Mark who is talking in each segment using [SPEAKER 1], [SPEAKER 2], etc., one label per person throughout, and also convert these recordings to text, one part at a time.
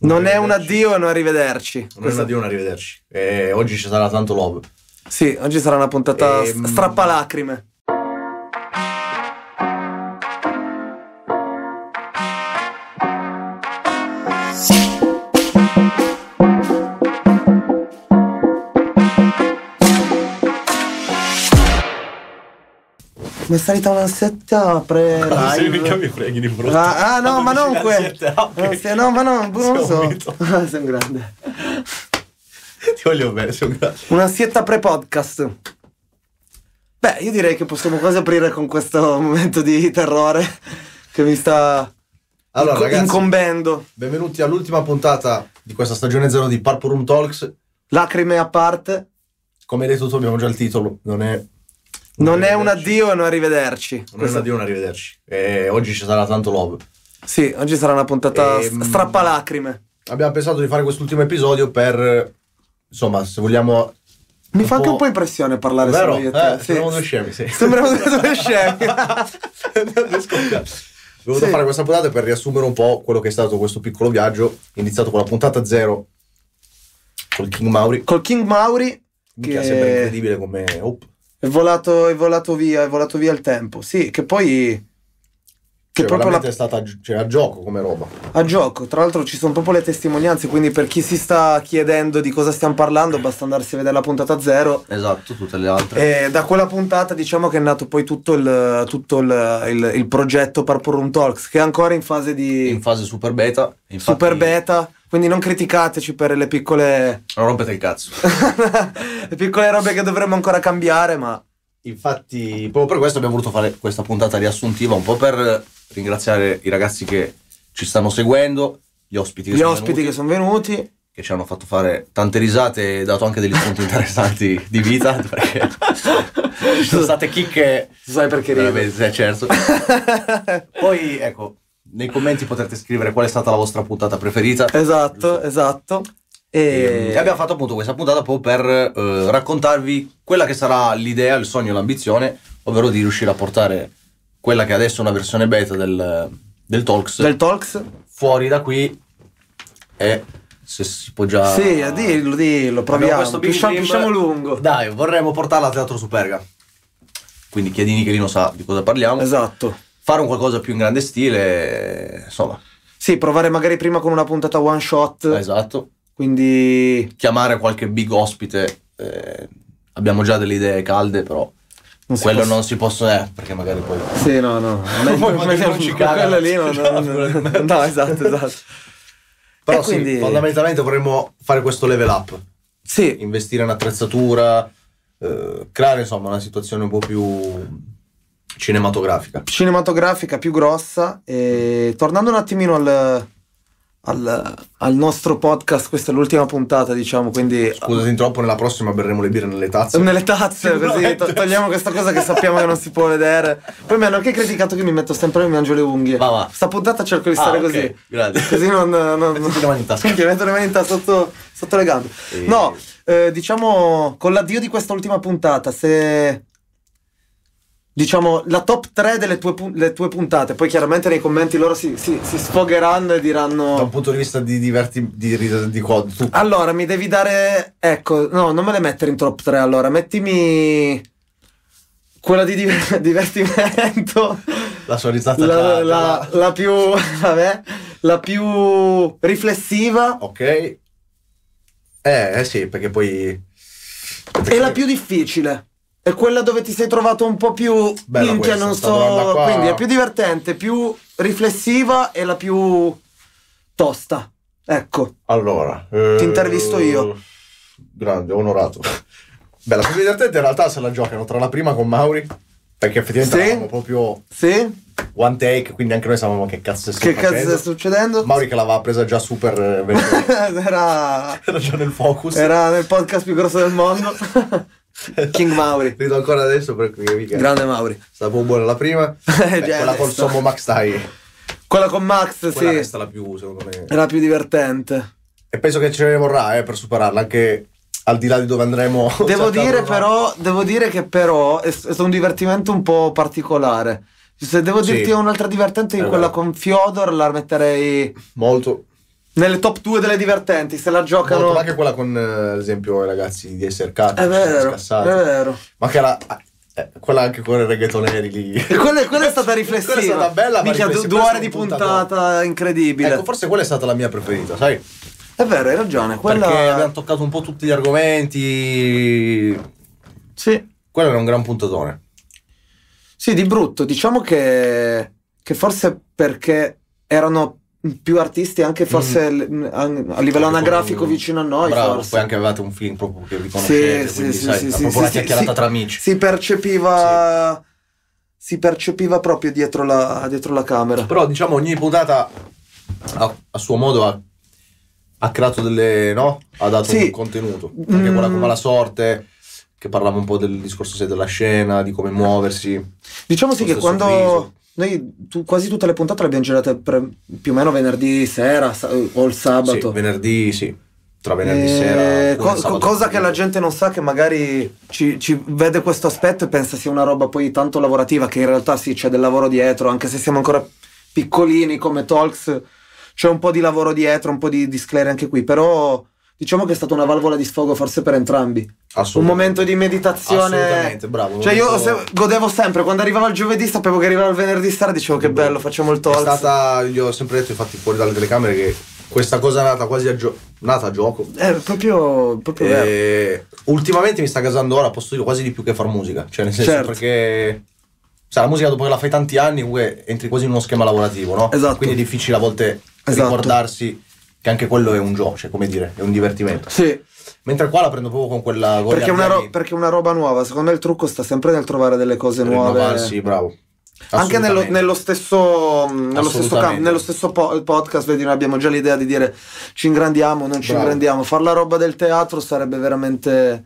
[SPEAKER 1] Non è un addio e un arrivederci.
[SPEAKER 2] Non è un addio, un arrivederci. Eh, oggi ci sarà tanto love.
[SPEAKER 1] Sì, oggi sarà una puntata
[SPEAKER 2] Ehm.
[SPEAKER 1] s- strappalacrime. Mi è salita un'ansietta pre
[SPEAKER 2] Sì,
[SPEAKER 1] live.
[SPEAKER 2] Ah, mica mi freghi di brutto.
[SPEAKER 1] Ah, ah, no, ma non
[SPEAKER 2] dici
[SPEAKER 1] que.
[SPEAKER 2] l'ansietta, ah, ok.
[SPEAKER 1] Ansia- No, ma no, non lo
[SPEAKER 2] Sei un
[SPEAKER 1] so.
[SPEAKER 2] mito.
[SPEAKER 1] Ah, Sei un grande.
[SPEAKER 2] Ti voglio bene, sono grazie.
[SPEAKER 1] Un'ansietta pre-podcast. Beh, io direi che possiamo quasi aprire con questo momento di terrore che mi sta
[SPEAKER 2] Allora,
[SPEAKER 1] inco-
[SPEAKER 2] ragazzi,
[SPEAKER 1] incombendo.
[SPEAKER 2] benvenuti all'ultima puntata di questa stagione zero di Purple Room Talks.
[SPEAKER 1] Lacrime a parte.
[SPEAKER 2] Come hai detto tu, abbiamo già il titolo. Non è.
[SPEAKER 1] Non è un
[SPEAKER 2] arrivederci.
[SPEAKER 1] addio e un arrivederci.
[SPEAKER 2] Non è un addio, un arrivederci. Eh, oggi ci sarà tanto love.
[SPEAKER 1] Sì, oggi sarà una puntata s-
[SPEAKER 2] Ehm.
[SPEAKER 1] strappalacrime.
[SPEAKER 2] Abbiamo pensato di fare quest'ultimo episodio per. eh, Insomma, se vogliamo.
[SPEAKER 1] Mi
[SPEAKER 2] un
[SPEAKER 1] fa anche
[SPEAKER 2] po'-
[SPEAKER 1] un po' impressione parlare
[SPEAKER 2] Vero?
[SPEAKER 1] solo io e te.
[SPEAKER 2] Eh, sembriamo due scemi, sì.
[SPEAKER 1] Sembriamo due scemi.
[SPEAKER 2] Ho voluto
[SPEAKER 1] Sì.
[SPEAKER 2] fare questa puntata per riassumere un po' quello che è stato questo piccolo viaggio. Iniziato con la puntata zero col King Mauri.
[SPEAKER 1] Col King Mauri
[SPEAKER 2] Che...
[SPEAKER 1] che
[SPEAKER 2] sembra incredibile come. oh,
[SPEAKER 1] È volato, è volato via, è volato via il tempo. Sì, che poi... Che
[SPEAKER 2] cioè,
[SPEAKER 1] proprio
[SPEAKER 2] veramente
[SPEAKER 1] la,
[SPEAKER 2] è stata a gi- cioè, a gioco come roba.
[SPEAKER 1] a gioco. Tra l'altro ci sono proprio le testimonianze, quindi per chi si sta chiedendo di cosa stiamo parlando basta andarsi a vedere la puntata zero.
[SPEAKER 3] Esatto, tutte le altre.
[SPEAKER 1] E da quella puntata diciamo che è nato poi tutto il, tutto il, il- il progetto Purple Room Talks, che è ancora in fase di
[SPEAKER 3] In fase super beta. infatti-
[SPEAKER 1] super beta, quindi non criticateci per le piccole,
[SPEAKER 3] Non rompete il cazzo.
[SPEAKER 1] le piccole robe che dovremmo ancora cambiare, ma
[SPEAKER 2] Infatti,
[SPEAKER 3] Proprio per questo abbiamo voluto fare questa puntata riassuntiva, un po' per ringraziare i ragazzi che ci stanno seguendo, gli ospiti che,
[SPEAKER 1] gli
[SPEAKER 3] sono,
[SPEAKER 1] ospiti
[SPEAKER 3] venuti,
[SPEAKER 1] che sono venuti...
[SPEAKER 3] che ci hanno fatto fare tante risate e dato anche degli spunti interessanti di vita, perché ci sono state chicche...
[SPEAKER 1] Sai perché ridi?
[SPEAKER 3] Veramente, eh, certo. Poi, ecco, nei commenti potrete scrivere qual è stata la vostra puntata preferita.
[SPEAKER 1] Esatto, esatto.
[SPEAKER 3] E eh,
[SPEAKER 1] E
[SPEAKER 3] abbiamo fatto appunto questa puntata proprio per eh, raccontarvi quella che sarà l'idea, il sogno, l'ambizione, ovvero di riuscire a portare quella che adesso è una versione beta del, del Talks
[SPEAKER 1] del Talks?
[SPEAKER 3] fuori da qui e se si può già...
[SPEAKER 1] Sì, dillo, dillo,
[SPEAKER 3] Abbiamo
[SPEAKER 1] proviamo.
[SPEAKER 3] questo bim
[SPEAKER 1] Pisciamo,
[SPEAKER 3] bim.
[SPEAKER 1] pisciamo lungo.
[SPEAKER 3] Dai, vorremmo portarla a Teatro Superga. Quindi chiedini che lì non sa di cosa parliamo.
[SPEAKER 1] Esatto.
[SPEAKER 3] Fare un qualcosa più in grande stile, insomma,
[SPEAKER 1] Sì, provare magari prima con una puntata one shot.
[SPEAKER 3] esatto.
[SPEAKER 1] Quindi
[SPEAKER 3] Chiamare qualche big ospite, eh, abbiamo già delle idee calde però...
[SPEAKER 1] non si
[SPEAKER 3] quello
[SPEAKER 1] può-
[SPEAKER 3] non si possa eh, perché magari poi
[SPEAKER 1] Sì, no, no.
[SPEAKER 3] Poi magari non ci caga.
[SPEAKER 1] Quello lì non-
[SPEAKER 3] No,
[SPEAKER 1] non-
[SPEAKER 3] probabilmente.
[SPEAKER 1] No, esatto, esatto.
[SPEAKER 2] però
[SPEAKER 1] E
[SPEAKER 2] sì,
[SPEAKER 1] quindi-
[SPEAKER 2] fondamentalmente vorremmo fare questo level up,
[SPEAKER 1] Sì,
[SPEAKER 2] investire in attrezzatura, eh, creare insomma una situazione un po' più cinematografica.
[SPEAKER 1] cinematografica più grossa. E tornando un attimino al, al- al nostro podcast, questa è l'ultima puntata, diciamo, quindi...
[SPEAKER 2] Scusati troppo, nella prossima berremo le birre nelle tazze.
[SPEAKER 1] Nelle tazze, così to- togliamo questa cosa che sappiamo che non si può vedere. Poi mi hanno anche criticato che mi metto sempre e mi mangio le unghie.
[SPEAKER 3] Va, va.
[SPEAKER 1] Sta puntata cerco di
[SPEAKER 3] Ah,
[SPEAKER 1] stare
[SPEAKER 3] ok,
[SPEAKER 1] così.
[SPEAKER 3] grazie.
[SPEAKER 1] Così non. non
[SPEAKER 3] Mettiti le mani in tasca.
[SPEAKER 1] Minchia, metto le mani in tasca sotto, sotto le gambe.
[SPEAKER 3] E-
[SPEAKER 1] No, eh, diciamo con l'addio di questa ultima puntata, se. Diciamo la top 3 delle tue, pun- le tue puntate, poi chiaramente nei commenti loro si, si- si sfogheranno e diranno.
[SPEAKER 2] Da un punto di vista di diverti di, di, di qua, tu-
[SPEAKER 1] Allora, mi devi dare. Ecco, no, non me le mettere in top 3. Allora, mettimi. Quella di div- divertimento.
[SPEAKER 2] la sonorizzata
[SPEAKER 1] La,
[SPEAKER 2] già-
[SPEAKER 1] la-
[SPEAKER 2] già-
[SPEAKER 1] la più. Vabbè. La più riflessiva.
[SPEAKER 2] Ok. Eh, eh sì, perché poi...
[SPEAKER 1] E la più difficile. È quella dove ti sei trovato un po' più.
[SPEAKER 2] Bella
[SPEAKER 1] minchia,
[SPEAKER 2] questa,
[SPEAKER 1] non
[SPEAKER 2] sta domanda
[SPEAKER 1] so.
[SPEAKER 2] qua.
[SPEAKER 1] Quindi è più divertente, più riflessiva e la più tosta. Ecco.
[SPEAKER 2] Allora... eh,
[SPEAKER 1] Ti intervisto io.
[SPEAKER 2] Grande, onorato. Beh, la più divertente in realtà se la giocano tra la prima con Mauri, perché effettivamente
[SPEAKER 1] Sì.
[SPEAKER 2] eravamo proprio
[SPEAKER 1] Sì?
[SPEAKER 2] one take, quindi anche noi sapevamo che cazzo sta
[SPEAKER 1] Che cazzo
[SPEAKER 2] facendo.
[SPEAKER 1] sta succedendo?
[SPEAKER 2] Mauri che l'aveva presa già super... eh, veloce.
[SPEAKER 1] Era.
[SPEAKER 2] Era già nel focus.
[SPEAKER 1] Era nel podcast più grosso del mondo. King Mauri.
[SPEAKER 2] Rido ancora adesso perché mica...
[SPEAKER 1] Grande Mauri.
[SPEAKER 2] Stavo buona la prima.
[SPEAKER 1] Eh,
[SPEAKER 2] Beh,
[SPEAKER 1] già
[SPEAKER 2] quella col
[SPEAKER 1] adesso.
[SPEAKER 2] sommo Max Dai.
[SPEAKER 1] Quella con Max,
[SPEAKER 2] Quella
[SPEAKER 1] sì.
[SPEAKER 2] resta la più, secondo me.
[SPEAKER 1] Era più divertente.
[SPEAKER 2] E penso che ce ne vorrà eh, per superarla, anche al di là di dove andremo.
[SPEAKER 1] Devo
[SPEAKER 2] Cioè,
[SPEAKER 1] dire
[SPEAKER 2] tanto-
[SPEAKER 1] però, devo dire che però è, s- è stato un divertimento un po' particolare. Se devo
[SPEAKER 2] Sì.
[SPEAKER 1] dirti un'altra divertente, io
[SPEAKER 2] Eh,
[SPEAKER 1] quella
[SPEAKER 2] beh.
[SPEAKER 1] con Fiodor la metterei
[SPEAKER 2] Molto.
[SPEAKER 1] Nelle top 2 delle divertenti, se la
[SPEAKER 2] Ho
[SPEAKER 1] giocano.
[SPEAKER 2] detto, ma anche quella con, eh, ad esempio, i ragazzi di essere cazzo,
[SPEAKER 1] È vero, è
[SPEAKER 2] cioè, scassati.
[SPEAKER 1] vero.
[SPEAKER 2] Ma che era. eh, quella anche con i reggaetoneri lì.
[SPEAKER 1] E quella, quella è stata riflessiva.
[SPEAKER 2] Quella è stata bella, ma
[SPEAKER 1] Minchia, due,
[SPEAKER 2] riflessiva.
[SPEAKER 1] due
[SPEAKER 2] Questa
[SPEAKER 1] ore
[SPEAKER 2] è
[SPEAKER 1] di
[SPEAKER 2] una
[SPEAKER 1] puntata, incredibile.
[SPEAKER 2] Ecco, forse quella è stata la mia preferita, sai?
[SPEAKER 1] È vero, hai ragione. Quella...
[SPEAKER 2] Perché abbiamo toccato un po' tutti gli argomenti.
[SPEAKER 1] Sì.
[SPEAKER 2] Quello era un gran puntatone.
[SPEAKER 1] Sì, di brutto. Diciamo che, che forse perché erano più artisti anche forse l- an- a livello
[SPEAKER 2] Mm. Anche
[SPEAKER 1] anagrafico
[SPEAKER 2] con-
[SPEAKER 1] vicino a noi
[SPEAKER 2] Bravo,
[SPEAKER 1] forse.
[SPEAKER 2] poi anche avevate un film proprio che vi
[SPEAKER 1] sì,
[SPEAKER 2] conoscete,
[SPEAKER 1] sì,
[SPEAKER 2] quindi
[SPEAKER 1] sì,
[SPEAKER 2] sai,
[SPEAKER 1] sì,
[SPEAKER 2] era
[SPEAKER 1] sì,
[SPEAKER 2] proprio
[SPEAKER 1] sì,
[SPEAKER 2] una
[SPEAKER 1] sì,
[SPEAKER 2] chiacchierata
[SPEAKER 1] sì.
[SPEAKER 2] tra amici.
[SPEAKER 1] Si percepiva si percepiva proprio dietro la, dietro la camera.
[SPEAKER 2] Però diciamo ogni puntata a, a suo modo ha, ha creato delle... no? Ha dato
[SPEAKER 1] Sì.
[SPEAKER 2] un contenuto. Anche
[SPEAKER 1] Mm.
[SPEAKER 2] quella con la sorte, che parlava un po' del discorso sai, della scena, di come muoversi.
[SPEAKER 1] Diciamo sì che
[SPEAKER 2] Questo
[SPEAKER 1] quando
[SPEAKER 2] sorriso.
[SPEAKER 1] noi tu- quasi tutte le puntate le abbiamo girate pre- più o meno venerdì sera sa- o il sabato.
[SPEAKER 2] Sì, venerdì, sì. Tra venerdì
[SPEAKER 1] Eh,
[SPEAKER 2] sera...
[SPEAKER 1] co- co-
[SPEAKER 2] sabato.
[SPEAKER 1] cosa che la gente non sa che magari ci, ci vede questo aspetto e pensa sia una roba poi tanto lavorativa che in realtà sì c'è del lavoro dietro anche se siamo ancora piccolini come talks c'è un po' di lavoro dietro un po' di, di sclere anche qui però diciamo che è stata una valvola di sfogo forse per entrambi un
[SPEAKER 2] Assolutamente.
[SPEAKER 1] momento di meditazione
[SPEAKER 2] Assolutamente, bravo.
[SPEAKER 1] cioè io
[SPEAKER 2] Momento-
[SPEAKER 1] se- godevo sempre quando arrivava il giovedì sapevo che arrivava il venerdì sera dicevo che bello facciamo il
[SPEAKER 2] È
[SPEAKER 1] talks
[SPEAKER 2] stata, gli ho sempre detto, infatti, fuori dalle telecamere, che questa cosa è nata quasi a, gio- nata a gioco.
[SPEAKER 1] è Eh, proprio,
[SPEAKER 2] Eh.
[SPEAKER 1] proprio vero.
[SPEAKER 2] E ultimamente mi sta casando ora, posso dire, quasi di più che far musica. Cioè, nel senso,
[SPEAKER 1] Certo.
[SPEAKER 2] perché. sai, la musica dopo che la fai tanti anni, comunque entri quasi in uno schema lavorativo, no?
[SPEAKER 1] Esatto.
[SPEAKER 2] Quindi è difficile a volte
[SPEAKER 1] Esatto.
[SPEAKER 2] ricordarsi che anche quello è un gioco, cioè, come dire, è un divertimento.
[SPEAKER 1] sì
[SPEAKER 2] Mentre qua la prendo proprio con quella voglia
[SPEAKER 1] Perché è, una
[SPEAKER 2] di
[SPEAKER 1] ro- perché è una roba nuova, secondo me il trucco sta sempre nel trovare delle cose nuove.
[SPEAKER 2] rinnovarsi, bravo.
[SPEAKER 1] Anche nello,
[SPEAKER 2] Assolutamente.
[SPEAKER 1] nello stesso, mh, nello stesso,
[SPEAKER 2] Assolutamente.
[SPEAKER 1] cam- nello stesso po- podcast, vedi, noi abbiamo già l'idea di dire ci ingrandiamo, non ci
[SPEAKER 2] Bravo.
[SPEAKER 1] ingrandiamo. Far la roba del teatro sarebbe veramente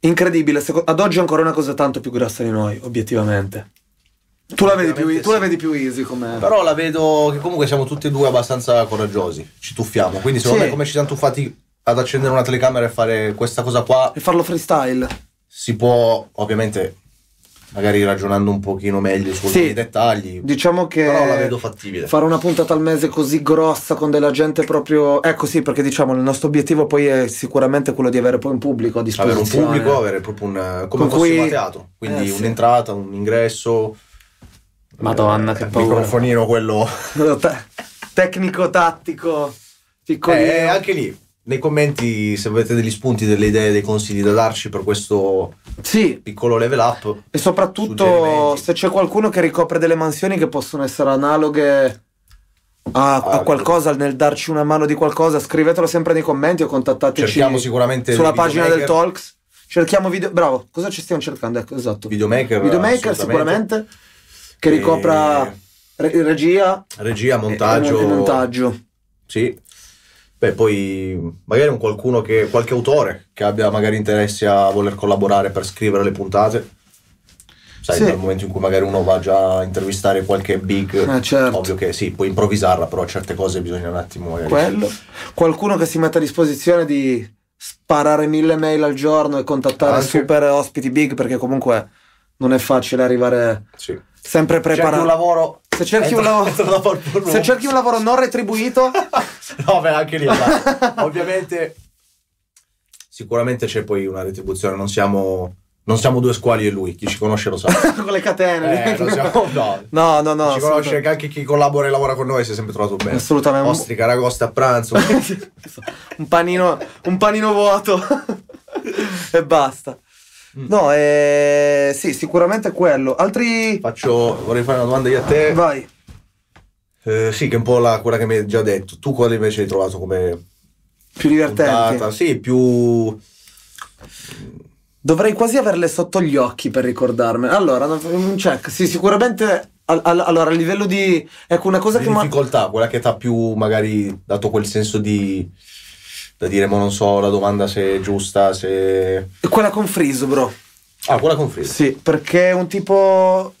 [SPEAKER 1] incredibile. Seco- ad oggi è ancora una cosa tanto più grassa di noi, obiettivamente. Tu la vedi più,
[SPEAKER 2] Obiettivamente
[SPEAKER 1] tu la
[SPEAKER 2] sì.
[SPEAKER 1] vedi più easy come...
[SPEAKER 2] Però la vedo che comunque siamo tutti e due abbastanza coraggiosi. Ci tuffiamo. Quindi, secondo
[SPEAKER 1] Sì.
[SPEAKER 2] me, come ci siamo tuffati ad accendere una telecamera e fare questa cosa qua,
[SPEAKER 1] E farlo freestyle.
[SPEAKER 2] si può, ovviamente, magari ragionando un pochino meglio su
[SPEAKER 1] Sì.
[SPEAKER 2] alcuni dettagli.
[SPEAKER 1] Diciamo che...
[SPEAKER 2] Però la vedo fattibile.
[SPEAKER 1] Fare una puntata al mese così grossa con della gente proprio. Ecco sì, perché diciamo il nostro obiettivo poi è sicuramente quello di avere poi un pubblico a
[SPEAKER 2] avere un
[SPEAKER 1] disposizione.
[SPEAKER 2] pubblico, avere proprio un. eh, come
[SPEAKER 1] Con
[SPEAKER 2] fosse
[SPEAKER 1] cui-
[SPEAKER 2] un teatro. Quindi
[SPEAKER 1] Eh, sì.
[SPEAKER 2] un'entrata, un ingresso.
[SPEAKER 1] Madonna,
[SPEAKER 2] eh,
[SPEAKER 1] che
[SPEAKER 2] il
[SPEAKER 1] paura.
[SPEAKER 2] microfonino quello.
[SPEAKER 1] Te- tecnico, tattico, piccolino.
[SPEAKER 2] Eh, anche lì. Nei commenti, se avete degli spunti, delle idee, dei consigli da darci per questo
[SPEAKER 1] Sì.
[SPEAKER 2] piccolo level up,
[SPEAKER 1] E soprattutto
[SPEAKER 2] Suggerimenti.
[SPEAKER 1] se c'è qualcuno che ricopre delle mansioni che possono essere analoghe a, a
[SPEAKER 2] Ah,
[SPEAKER 1] qualcosa, nel darci una mano di qualcosa, scrivetelo sempre nei commenti o contattateci
[SPEAKER 2] cerchiamo sicuramente
[SPEAKER 1] sulla
[SPEAKER 2] dei
[SPEAKER 1] pagina del
[SPEAKER 2] videomaker.
[SPEAKER 1] Talks. Cerchiamo video. Bravo, cosa ci stiamo cercando? Ecco, esatto.
[SPEAKER 2] videomaker,
[SPEAKER 1] videomaker
[SPEAKER 2] assolutamente.
[SPEAKER 1] sicuramente che ricopra
[SPEAKER 2] E-
[SPEAKER 1] re- regia
[SPEAKER 2] regia,
[SPEAKER 1] e-
[SPEAKER 2] montaggio,
[SPEAKER 1] e Eh, montaggio.
[SPEAKER 2] Sì. Beh, poi magari un qualcuno che qualche autore che abbia magari interesse a voler collaborare per scrivere le puntate. Sai,
[SPEAKER 1] Sì.
[SPEAKER 2] dal momento in cui magari uno va già a intervistare qualche big,
[SPEAKER 1] Eh, certo.
[SPEAKER 2] ovvio che sì, puoi improvvisarla, però certe cose bisogna un attimo magari.
[SPEAKER 1] quello qualcuno che si mette a disposizione di sparare mille mail al giorno e contattare
[SPEAKER 2] Anche-
[SPEAKER 1] super ospiti big perché comunque non è facile arrivare
[SPEAKER 2] Sì.
[SPEAKER 1] sempre
[SPEAKER 2] Cerchi un
[SPEAKER 1] preparato
[SPEAKER 2] lavoro.
[SPEAKER 1] se cerchi un
[SPEAKER 2] entra-
[SPEAKER 1] lavoro
[SPEAKER 2] entra da qualcuno.
[SPEAKER 1] se cerchi un lavoro non retribuito
[SPEAKER 2] no, beh, anche lì. guarda, Ovviamente, sicuramente c'è poi una retribuzione. Non siamo, non siamo due squali e lui. Chi ci conosce lo sa.
[SPEAKER 1] con le catene
[SPEAKER 2] Eh, non siamo- no.
[SPEAKER 1] no no no
[SPEAKER 2] ci conosce che anche chi collabora e lavora con noi si è sempre trovato bene.
[SPEAKER 1] Assolutamente.
[SPEAKER 2] Ostri, caragosta a pranzo.
[SPEAKER 1] un panino un panino vuoto e basta no eh, sì sicuramente quello altri
[SPEAKER 2] Faccio, vorrei fare una domanda io a te.
[SPEAKER 1] vai
[SPEAKER 2] Eh, sì, che è un po' la- quella che mi hai già detto. Tu quale invece hai trovato come
[SPEAKER 1] più divertenti
[SPEAKER 2] puntata? Sì, più...
[SPEAKER 1] dovrei quasi averle sotto gli occhi per ricordarmene allora no, un check sì sicuramente al- al- allora a livello di ecco una cosa
[SPEAKER 2] di
[SPEAKER 1] che mi ha-
[SPEAKER 2] difficoltà, quella che ti ha più magari dato quel senso di... Da dire, ma non so la domanda se è giusta, se...
[SPEAKER 1] quella con Friso bro
[SPEAKER 2] Ah, quella con Friso.
[SPEAKER 1] Sì, perché è un tipo.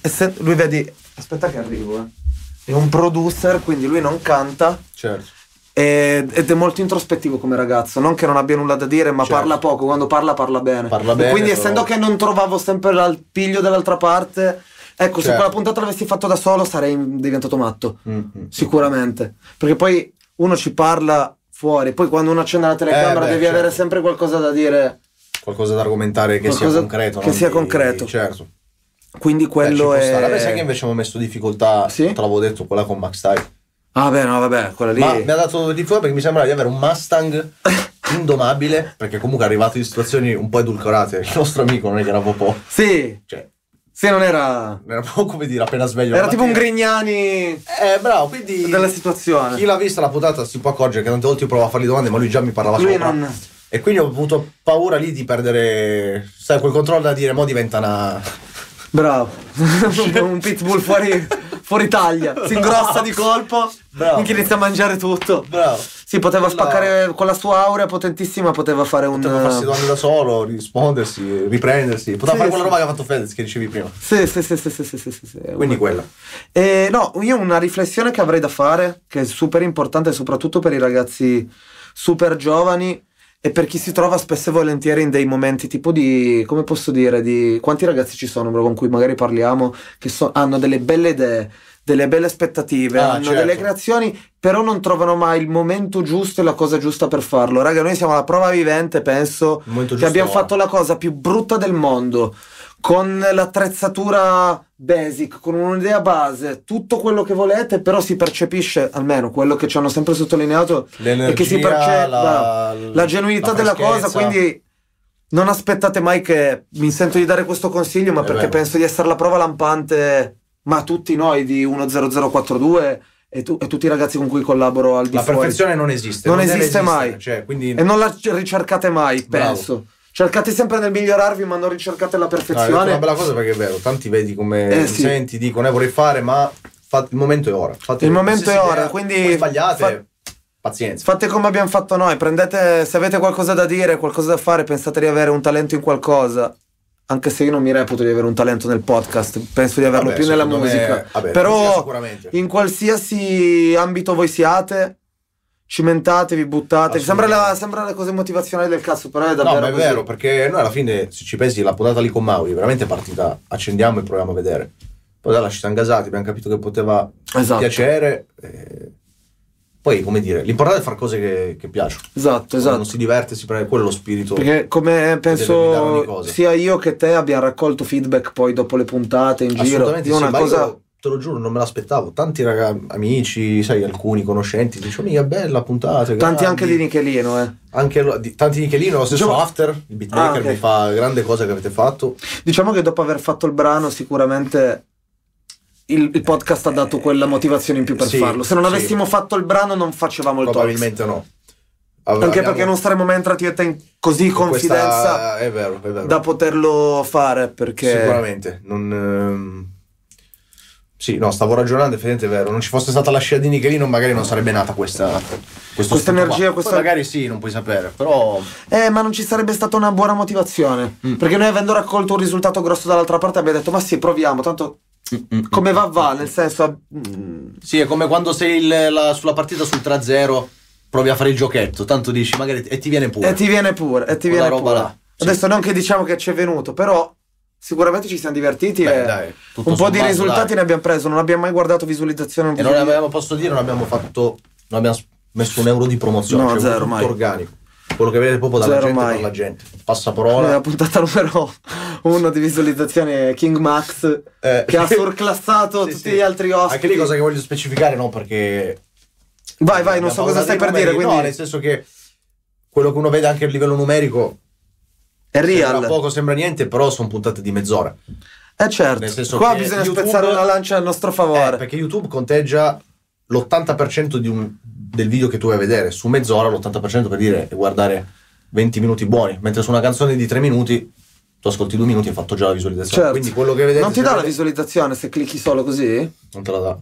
[SPEAKER 1] e se- Lui vedi. Aspetta che arrivo, eh. È un producer, quindi lui non canta.
[SPEAKER 2] Certo.
[SPEAKER 1] e- Ed è molto introspettivo come ragazzo. Non che non abbia nulla da dire, ma
[SPEAKER 2] Certo.
[SPEAKER 1] parla poco. Quando parla, parla bene.
[SPEAKER 2] Parla
[SPEAKER 1] E
[SPEAKER 2] bene,
[SPEAKER 1] quindi,
[SPEAKER 2] però-
[SPEAKER 1] essendo che non trovavo sempre il piglio dall'altra parte, ecco, se
[SPEAKER 2] Certo.
[SPEAKER 1] quella puntata l'avessi fatto da solo sarei diventato matto.
[SPEAKER 2] Mm, mm.
[SPEAKER 1] Sicuramente. Perché poi uno ci parla fuori, poi quando uno accende la telecamera
[SPEAKER 2] beh,
[SPEAKER 1] devi
[SPEAKER 2] certo.
[SPEAKER 1] avere sempre qualcosa da dire.
[SPEAKER 2] Qualcosa da argomentare che
[SPEAKER 1] Qualcosa
[SPEAKER 2] sia concreto.
[SPEAKER 1] che
[SPEAKER 2] non
[SPEAKER 1] sia
[SPEAKER 2] di-
[SPEAKER 1] concreto.
[SPEAKER 2] Certo.
[SPEAKER 1] Quindi quello
[SPEAKER 2] Beh, ci può stare. Vabbè, sai che
[SPEAKER 1] è.
[SPEAKER 2] invece mi ho messo difficoltà,
[SPEAKER 1] Sì?
[SPEAKER 2] te l'avevo detto, quella con Max Type.
[SPEAKER 1] Ah, beh, no, vabbè, quella lì.
[SPEAKER 2] Ma mi ha dato difficoltà perché mi sembra di avere un Mustang indomabile, perché comunque è arrivato in situazioni un po' edulcorate. Il nostro amico non è che era proprio...
[SPEAKER 1] Sì,
[SPEAKER 2] Cioè,
[SPEAKER 1] sì, non era.
[SPEAKER 2] era proprio come dire, appena sveglio. la
[SPEAKER 1] Era tipo un
[SPEAKER 2] mattina.
[SPEAKER 1] Grignani
[SPEAKER 2] Eh, bravo, quindi...
[SPEAKER 1] della
[SPEAKER 2] Chi
[SPEAKER 1] situazione.
[SPEAKER 2] l'ha vista la puntata si può accorgere che tante volte io provo a fargli domande, ma lui già mi parlava
[SPEAKER 1] Lui
[SPEAKER 2] sopra.
[SPEAKER 1] non.
[SPEAKER 2] E quindi ho avuto paura lì di perdere, sai, quel controllo da dire, mo diventa una...
[SPEAKER 1] Bravo. un pitbull fuori, fuori taglia. Si ingrossa di colpo.
[SPEAKER 2] Bravo.
[SPEAKER 1] Minchia inizia a mangiare tutto.
[SPEAKER 2] Bravo.
[SPEAKER 1] Sì, poteva
[SPEAKER 2] Quella-
[SPEAKER 1] spaccare con la sua aurea potentissima, poteva fare un. eh,
[SPEAKER 2] Poteva farsi domande da solo, rispondersi, riprendersi. Poteva
[SPEAKER 1] Sì,
[SPEAKER 2] fare quella
[SPEAKER 1] sì.
[SPEAKER 2] roba che ha fatto Fedez che dicevi prima.
[SPEAKER 1] Sì, sì, sì, sì, sì, sì, sì, sì, sì.
[SPEAKER 2] Quindi quella.
[SPEAKER 1] Eh, no, io una riflessione che avrei da fare, che è super importante, soprattutto per i ragazzi super giovani e per chi si trova spesso e volentieri in dei momenti tipo di, come posso dire, di quanti ragazzi ci sono bro, con cui magari parliamo che so- hanno delle belle idee, delle belle aspettative,
[SPEAKER 2] Ah,
[SPEAKER 1] hanno
[SPEAKER 2] certo.
[SPEAKER 1] delle creazioni, però non trovano mai il momento giusto e la cosa giusta per farlo. Raga, noi siamo la prova vivente, penso,
[SPEAKER 2] Il momento
[SPEAKER 1] che
[SPEAKER 2] giusto.
[SPEAKER 1] abbiamo fatto la cosa più brutta del mondo con l'attrezzatura basic, con un'idea base, tutto quello che volete, però si percepisce almeno quello che ci hanno sempre sottolineato
[SPEAKER 2] L'energia,
[SPEAKER 1] e che si percepe-
[SPEAKER 2] la,
[SPEAKER 1] la genuinità
[SPEAKER 2] Mm. la
[SPEAKER 1] della cosa,
[SPEAKER 2] freschezza.
[SPEAKER 1] quindi non aspettate mai che mi sento di dare questo consiglio, ma
[SPEAKER 2] È
[SPEAKER 1] perché
[SPEAKER 2] vero.
[SPEAKER 1] penso di essere la prova lampante, ma tutti noi di 10042 e, tu- e tutti i ragazzi con cui collaboro al di
[SPEAKER 2] La
[SPEAKER 1] fuori.
[SPEAKER 2] perfezione non esiste.
[SPEAKER 1] Non
[SPEAKER 2] deve
[SPEAKER 1] esiste
[SPEAKER 2] esistere,
[SPEAKER 1] mai.
[SPEAKER 2] Cioè, quindi...
[SPEAKER 1] E non la ricercate mai,
[SPEAKER 2] Bravo.
[SPEAKER 1] penso. Cercate sempre nel migliorarvi, ma non ricercate la
[SPEAKER 2] No, hai detto
[SPEAKER 1] perfezione.
[SPEAKER 2] una bella cosa perché è vero, tanti vedi come
[SPEAKER 1] Eh,
[SPEAKER 2] mi
[SPEAKER 1] sì.
[SPEAKER 2] senti, dicono eh, vorrei fare, ma fate- il momento è ora. Fate
[SPEAKER 1] Il momento è
[SPEAKER 2] qualsiasi
[SPEAKER 1] ora,
[SPEAKER 2] idea,
[SPEAKER 1] quindi
[SPEAKER 2] poi sbagliate,
[SPEAKER 1] Sì.
[SPEAKER 2] pazienza.
[SPEAKER 1] Fate come abbiamo fatto noi, prendete, se avete qualcosa da dire, qualcosa da fare, pensate di avere un talento in qualcosa, anche se io non mi reputo di avere un talento nel podcast, penso di averlo
[SPEAKER 2] Vabbè,
[SPEAKER 1] più nella
[SPEAKER 2] secondo me-
[SPEAKER 1] musica,
[SPEAKER 2] vabbè, musica
[SPEAKER 1] però
[SPEAKER 2] sicuramente.
[SPEAKER 1] in qualsiasi ambito voi siate, cimentatevi, buttatevi, sembra, la,
[SPEAKER 2] Assolutamente.
[SPEAKER 1] sembra la cosa motivazionale del cazzo, però è davvero
[SPEAKER 2] No, ma è
[SPEAKER 1] così.
[SPEAKER 2] vero, perché noi alla fine, se ci pensi, la puntata lì con Mauri è veramente partita, accendiamo e proviamo a vedere. Poi da là ci siamo gasati, abbiamo capito che poteva
[SPEAKER 1] Esatto.
[SPEAKER 2] piacere. eh, Poi, come dire, l'importante è fare cose che, che piacciono.
[SPEAKER 1] Esatto,
[SPEAKER 2] Quando
[SPEAKER 1] esatto.
[SPEAKER 2] Non si diverte, si prende quello è lo spirito.
[SPEAKER 1] Perché come
[SPEAKER 2] deve guidare ogni
[SPEAKER 1] penso
[SPEAKER 2] cosa.
[SPEAKER 1] sia io che te abbiamo raccolto feedback poi dopo le puntate in giro,
[SPEAKER 2] Assolutamente
[SPEAKER 1] io
[SPEAKER 2] sì,
[SPEAKER 1] una
[SPEAKER 2] ma
[SPEAKER 1] cosa...
[SPEAKER 2] io te lo giuro, non me l'aspettavo. Tanti raga- amici, sai, alcuni conoscenti, dicono, mica bella puntata.
[SPEAKER 1] Tanti
[SPEAKER 2] grandi."
[SPEAKER 1] anche di Nichelino, eh.
[SPEAKER 2] Anche lo- di- tanti di Chelino, lo stesso
[SPEAKER 1] Diciamo-
[SPEAKER 2] After, il beatmaker,
[SPEAKER 1] Ah, ok.
[SPEAKER 2] mi fa grande cosa che avete fatto.
[SPEAKER 1] Diciamo che dopo aver fatto il brano, sicuramente il, il podcast ha dato quella motivazione in più per
[SPEAKER 2] Sì,
[SPEAKER 1] farlo. Se non
[SPEAKER 2] sì.
[SPEAKER 1] avessimo fatto il brano, non facevamo il podcast.
[SPEAKER 2] Probabilmente no.
[SPEAKER 1] Anche perché non saremmo mai entrati io e te in così confidenza
[SPEAKER 2] È vero, è vero.
[SPEAKER 1] da poterlo fare. Perché
[SPEAKER 2] Sicuramente. Non, ehm, Sì, no, stavo ragionando, effettivamente è vero. Non ci fosse stata la scia di Nichelino, magari non sarebbe nata questa, questo
[SPEAKER 1] Questa
[SPEAKER 2] studio qua.
[SPEAKER 1] energia,
[SPEAKER 2] Poi
[SPEAKER 1] questa-
[SPEAKER 2] magari sì, non puoi sapere, però...
[SPEAKER 1] Eh, ma non ci sarebbe stata una buona motivazione.
[SPEAKER 3] Mm.
[SPEAKER 1] Perché noi, avendo raccolto un risultato grosso dall'altra parte, abbiamo detto: Ma sì, proviamo. Tanto come va, va. Nel senso, mm,
[SPEAKER 3] Sì, è come quando sei il- la- sulla partita sul 3-0, provi a fare il giochetto, tanto dici magari e ti viene pure.
[SPEAKER 1] E ti viene pure, e ti
[SPEAKER 3] Quella
[SPEAKER 1] viene
[SPEAKER 3] roba
[SPEAKER 1] pure.
[SPEAKER 3] là, sì.
[SPEAKER 1] Adesso non che diciamo che ci è venuto, però sicuramente ci siamo divertiti
[SPEAKER 2] Beh,
[SPEAKER 1] e
[SPEAKER 2] dai, tutto
[SPEAKER 1] un po' di
[SPEAKER 3] sommato,
[SPEAKER 1] risultati
[SPEAKER 3] dai.
[SPEAKER 1] ne abbiamo preso, non abbiamo mai guardato visualizzazione.
[SPEAKER 2] E non abbiamo, posso dire, non abbiamo fatto... Non abbiamo messo un euro di promozione.
[SPEAKER 1] No,
[SPEAKER 2] cioè,
[SPEAKER 1] zero,
[SPEAKER 2] tutto
[SPEAKER 1] mai.
[SPEAKER 2] organico. Quello che vedete proprio dalla
[SPEAKER 1] Zero,
[SPEAKER 2] gente
[SPEAKER 1] mai.
[SPEAKER 2] per la gente.
[SPEAKER 1] Noi
[SPEAKER 2] Passaparola.
[SPEAKER 1] la puntata numero uno di visualizzazione è King Max
[SPEAKER 2] Eh.
[SPEAKER 1] che ha surclassato
[SPEAKER 2] Sì,
[SPEAKER 1] tutti
[SPEAKER 2] sì.
[SPEAKER 1] gli altri
[SPEAKER 2] Anche
[SPEAKER 1] ospiti.
[SPEAKER 2] lì cosa che voglio specificare, no, perché
[SPEAKER 1] Vai, vai, non
[SPEAKER 2] Abbiamo
[SPEAKER 1] so cosa stai per
[SPEAKER 2] parlato dei
[SPEAKER 1] dire,
[SPEAKER 2] numeri,
[SPEAKER 1] quindi
[SPEAKER 2] No, nel senso che quello che uno vede anche a livello numerico
[SPEAKER 1] è
[SPEAKER 2] sembra
[SPEAKER 1] real.
[SPEAKER 2] poco, sembra niente, però sono puntate di mezz'ora.
[SPEAKER 1] Eh
[SPEAKER 2] nel
[SPEAKER 1] certo,
[SPEAKER 2] senso
[SPEAKER 1] qua
[SPEAKER 2] che
[SPEAKER 1] bisogna
[SPEAKER 2] YouTube-
[SPEAKER 1] spezzare una lancia a nostro
[SPEAKER 2] Eh,
[SPEAKER 1] favore.
[SPEAKER 2] perché YouTube conteggia l'80% di un- del video che tu vai a vedere, su mezz'ora l'80% per dire e guardare 20 minuti buoni, mentre su una canzone di 3 minuti tu ascolti 2 minuti e hai fatto già la visualizzazione.
[SPEAKER 1] Certo.
[SPEAKER 2] Quindi quello che vedete
[SPEAKER 1] non ti dà la
[SPEAKER 2] visualizzazione
[SPEAKER 1] visualizzazione se clicchi solo così?
[SPEAKER 2] non te la dà.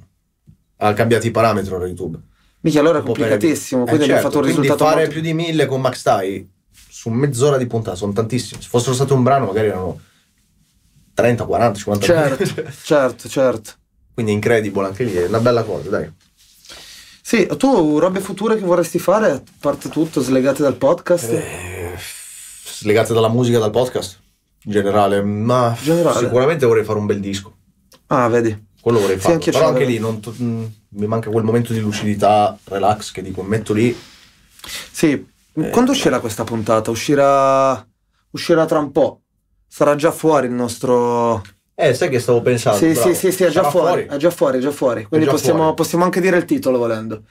[SPEAKER 2] Ha cambiato i parametri ora YouTube.
[SPEAKER 1] Mica allora è
[SPEAKER 2] Un po' per-
[SPEAKER 1] complicatissimo,
[SPEAKER 2] Eh,
[SPEAKER 1] quindi
[SPEAKER 2] certo,
[SPEAKER 1] abbiamo fatto un
[SPEAKER 2] quindi
[SPEAKER 1] risultato
[SPEAKER 2] fare
[SPEAKER 1] molto-
[SPEAKER 2] più di mille con Max Tai su mezz'ora di puntata sono tantissimi. Se fossero state un brano, magari erano 30, 40, 50
[SPEAKER 1] Certo, certo, certo.
[SPEAKER 2] Quindi è incredibile anche lì, è una bella cosa, dai.
[SPEAKER 1] Sì, tu robe future che vorresti fare, a parte tutto, slegate dal podcast?
[SPEAKER 2] Eh, legate dalla musica, dal podcast in generale, ma
[SPEAKER 1] Generale.
[SPEAKER 2] sicuramente vorrei fare un bel disco.
[SPEAKER 1] Ah, vedi.
[SPEAKER 2] Quello vorrei
[SPEAKER 1] Sì,
[SPEAKER 2] farlo.
[SPEAKER 1] anch'io
[SPEAKER 2] Però
[SPEAKER 1] ce
[SPEAKER 2] anche
[SPEAKER 1] l'avevo.
[SPEAKER 2] lì non to- mh, mi manca quel momento di lucidità, relax che dico, metto lì.
[SPEAKER 1] Sì,
[SPEAKER 2] Eh.
[SPEAKER 1] quando uscirà questa puntata? Uscirà... uscirà tra un po'. Sarà già fuori il nostro...
[SPEAKER 2] Eh, sai che stavo pensando?
[SPEAKER 1] sì,
[SPEAKER 2] bravo.
[SPEAKER 1] sì, sì, sì, è già
[SPEAKER 2] Sarà
[SPEAKER 1] fuori, È già fuori, è già fuori. Quindi
[SPEAKER 2] già
[SPEAKER 1] possiamo,
[SPEAKER 2] fuori.
[SPEAKER 1] possiamo anche dire il titolo volendo.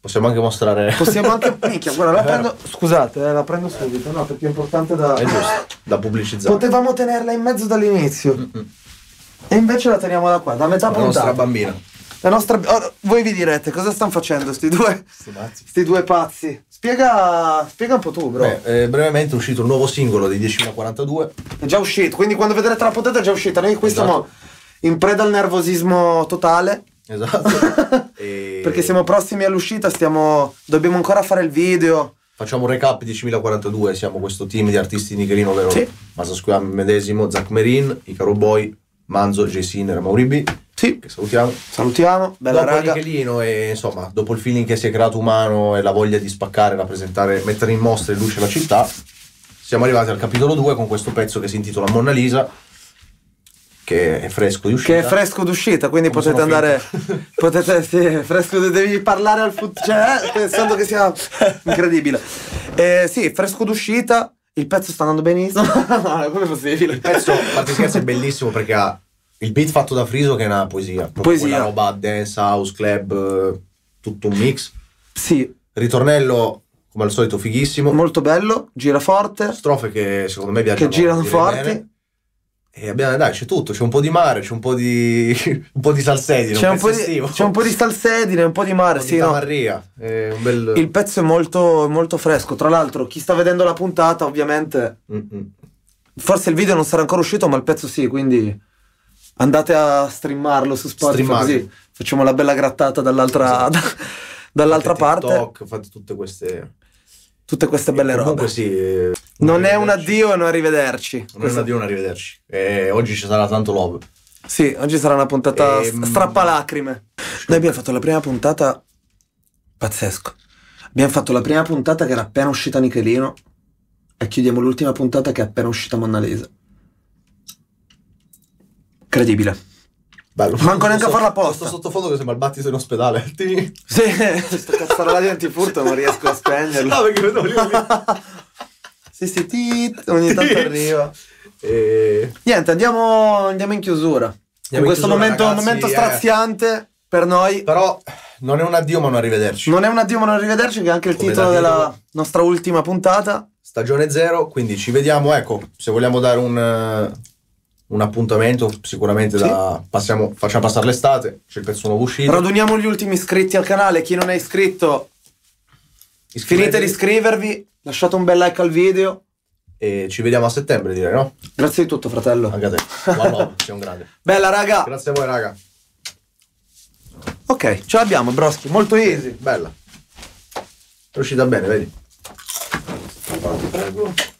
[SPEAKER 2] Possiamo anche mostrare.
[SPEAKER 1] Possiamo anche... Minchia, guarda, la
[SPEAKER 2] È vero.
[SPEAKER 1] prendo... Scusate, eh, la prendo subito, no, perché è importante da...
[SPEAKER 2] È giusto, Esatto. da pubblicizzare.
[SPEAKER 1] Potevamo tenerla in mezzo dall'inizio.
[SPEAKER 2] Mm-mm.
[SPEAKER 1] E invece la teniamo da qua, da metà
[SPEAKER 2] Mm, La nostra
[SPEAKER 1] puntata.
[SPEAKER 2] bambina.
[SPEAKER 1] La nostra... Ora, voi vi direte, cosa stanno facendo sti due... Sti due pazzi. Spiega, spiega un po' tu, bro.
[SPEAKER 2] Beh, eh, brevemente è uscito il nuovo singolo dei 10.042.
[SPEAKER 1] È già uscito, quindi quando vedrete la puntata è già uscita. Noi qui
[SPEAKER 2] Esatto.
[SPEAKER 1] siamo in preda al nervosismo totale.
[SPEAKER 2] Esatto. E
[SPEAKER 1] Perché siamo prossimi all'uscita, stiamo. dobbiamo ancora fare il video.
[SPEAKER 2] Facciamo un recap 10.042, siamo questo team di artisti nichelino, ovvero
[SPEAKER 1] Sì.
[SPEAKER 2] Masasquiam Medesimo, Zach Merin, Icaro Boy, Manzo, J. Sinner e Mauribi,
[SPEAKER 1] Sì.
[SPEAKER 2] che salutiamo.
[SPEAKER 1] Salutiamo, bella
[SPEAKER 2] dopo
[SPEAKER 1] raga.
[SPEAKER 2] Nichelino e insomma, dopo il feeling che si è creato umano e la voglia di spaccare, rappresentare, mettere in mostra in luce la città, siamo arrivati al capitolo 2 con questo pezzo che si intitola Mona Lisa, che è fresco di uscita.
[SPEAKER 1] Che è fresco d'uscita, quindi
[SPEAKER 2] Come
[SPEAKER 1] potete
[SPEAKER 2] sono
[SPEAKER 1] andare.
[SPEAKER 2] finto.
[SPEAKER 1] potete. Sì, è fresco, devi parlare al futuro. Cioè, eh, pensando che sia incredibile. Eh, sì, fresco d'uscita. Il pezzo sta andando benissimo. Ma Come è possibile?
[SPEAKER 2] Il pezzo, a parte scherzi, è bellissimo perché ha il beat fatto da Friso che è una poesia. Proprio
[SPEAKER 1] Poesia.
[SPEAKER 2] Quella roba dance, house, club, eh, tutto un mix.
[SPEAKER 1] Sì,
[SPEAKER 2] Ritornello, come al solito, fighissimo.
[SPEAKER 1] molto bello, gira forte.
[SPEAKER 2] Strofe che secondo me viaggiano
[SPEAKER 1] Che girano
[SPEAKER 2] direi
[SPEAKER 1] forti.
[SPEAKER 2] bene. E abbiamo, dai, c'è tutto. C'è un po' di mare, c'è un po' di, un po' di salsedine,
[SPEAKER 1] C'è un, po di,
[SPEAKER 2] pezzo
[SPEAKER 1] c'è un po' di salsedine, un po' di mare,
[SPEAKER 2] Un po'
[SPEAKER 1] sì,
[SPEAKER 2] di
[SPEAKER 1] no.
[SPEAKER 2] tamarria, è un bel...
[SPEAKER 1] Il pezzo è molto, molto fresco. Tra l'altro, chi sta vedendo la puntata, ovviamente,
[SPEAKER 2] Mm-mm.
[SPEAKER 1] forse il video non sarà ancora uscito, ma il pezzo sì, quindi andate a streamarlo su Spotify.
[SPEAKER 2] Streamate.
[SPEAKER 1] Così facciamo la bella grattata dall'altra, dall'altra
[SPEAKER 2] Fate
[SPEAKER 1] parte.
[SPEAKER 2] Esatto. TikTok, fate tutte queste...
[SPEAKER 1] Tutte queste belle robe.
[SPEAKER 2] Comunque sì. eh,
[SPEAKER 1] Non è un
[SPEAKER 2] arrivederci.
[SPEAKER 1] addio e un arrivederci.
[SPEAKER 2] Non è un
[SPEAKER 1] Questo-
[SPEAKER 2] addio, un arrivederci. Eh, oggi ci sarà tanto love.
[SPEAKER 1] Sì, oggi sarà una puntata
[SPEAKER 2] Ehm.
[SPEAKER 1] s- strappalacrime. Noi abbiamo fatto la prima puntata pazzesco. Abbiamo fatto la prima puntata che era appena uscita Nichelino e chiudiamo l'ultima puntata che è appena uscita Monna Lisa. Credibile.
[SPEAKER 2] Bello.
[SPEAKER 1] Manco neanche a
[SPEAKER 2] Sto-
[SPEAKER 1] farla apposta.
[SPEAKER 2] Sto sottofondo che sembra il battito in ospedale. Ti-
[SPEAKER 1] Sì, sto cazzarola di antifurto non riesco a
[SPEAKER 2] No,
[SPEAKER 1] spegnerlo.
[SPEAKER 2] perché vedo lì.
[SPEAKER 1] sì, sì, tit, ogni tanto arriva.
[SPEAKER 2] E...
[SPEAKER 1] Niente, andiamo, andiamo in chiusura. in
[SPEAKER 2] in
[SPEAKER 1] questo
[SPEAKER 2] chiusura,
[SPEAKER 1] momento, un
[SPEAKER 2] ragazzi,
[SPEAKER 1] momento
[SPEAKER 2] eh.
[SPEAKER 1] straziante per noi.
[SPEAKER 2] Però non è un addio, ma un arrivederci.
[SPEAKER 1] Non è un addio ma un arrivederci che è anche il
[SPEAKER 2] Come
[SPEAKER 1] titolo
[SPEAKER 2] da
[SPEAKER 1] della
[SPEAKER 2] titolo.
[SPEAKER 1] nostra ultima puntata.
[SPEAKER 2] Stagione zero, quindi ci vediamo. Ecco, se vogliamo dare un, eh, un appuntamento, sicuramente
[SPEAKER 1] Sì.
[SPEAKER 2] da- passiamo- facciamo passare l'estate. C'è il pezzo nuovo uscito.
[SPEAKER 1] Raduniamo gli ultimi iscritti al canale, chi non è iscritto finite di
[SPEAKER 2] Iscrivetevi
[SPEAKER 1] iscrivervi, lasciate un bel like al video.
[SPEAKER 2] E ci vediamo a settembre, direi, no?
[SPEAKER 1] Grazie di tutto fratello.
[SPEAKER 2] Anche a te. One love, sei un grande.
[SPEAKER 1] Bella raga.
[SPEAKER 2] Grazie a voi, raga.
[SPEAKER 1] Ok, ce l'abbiamo broschi, molto easy.
[SPEAKER 2] Bella. È uscita bene, vedi? Ti prego.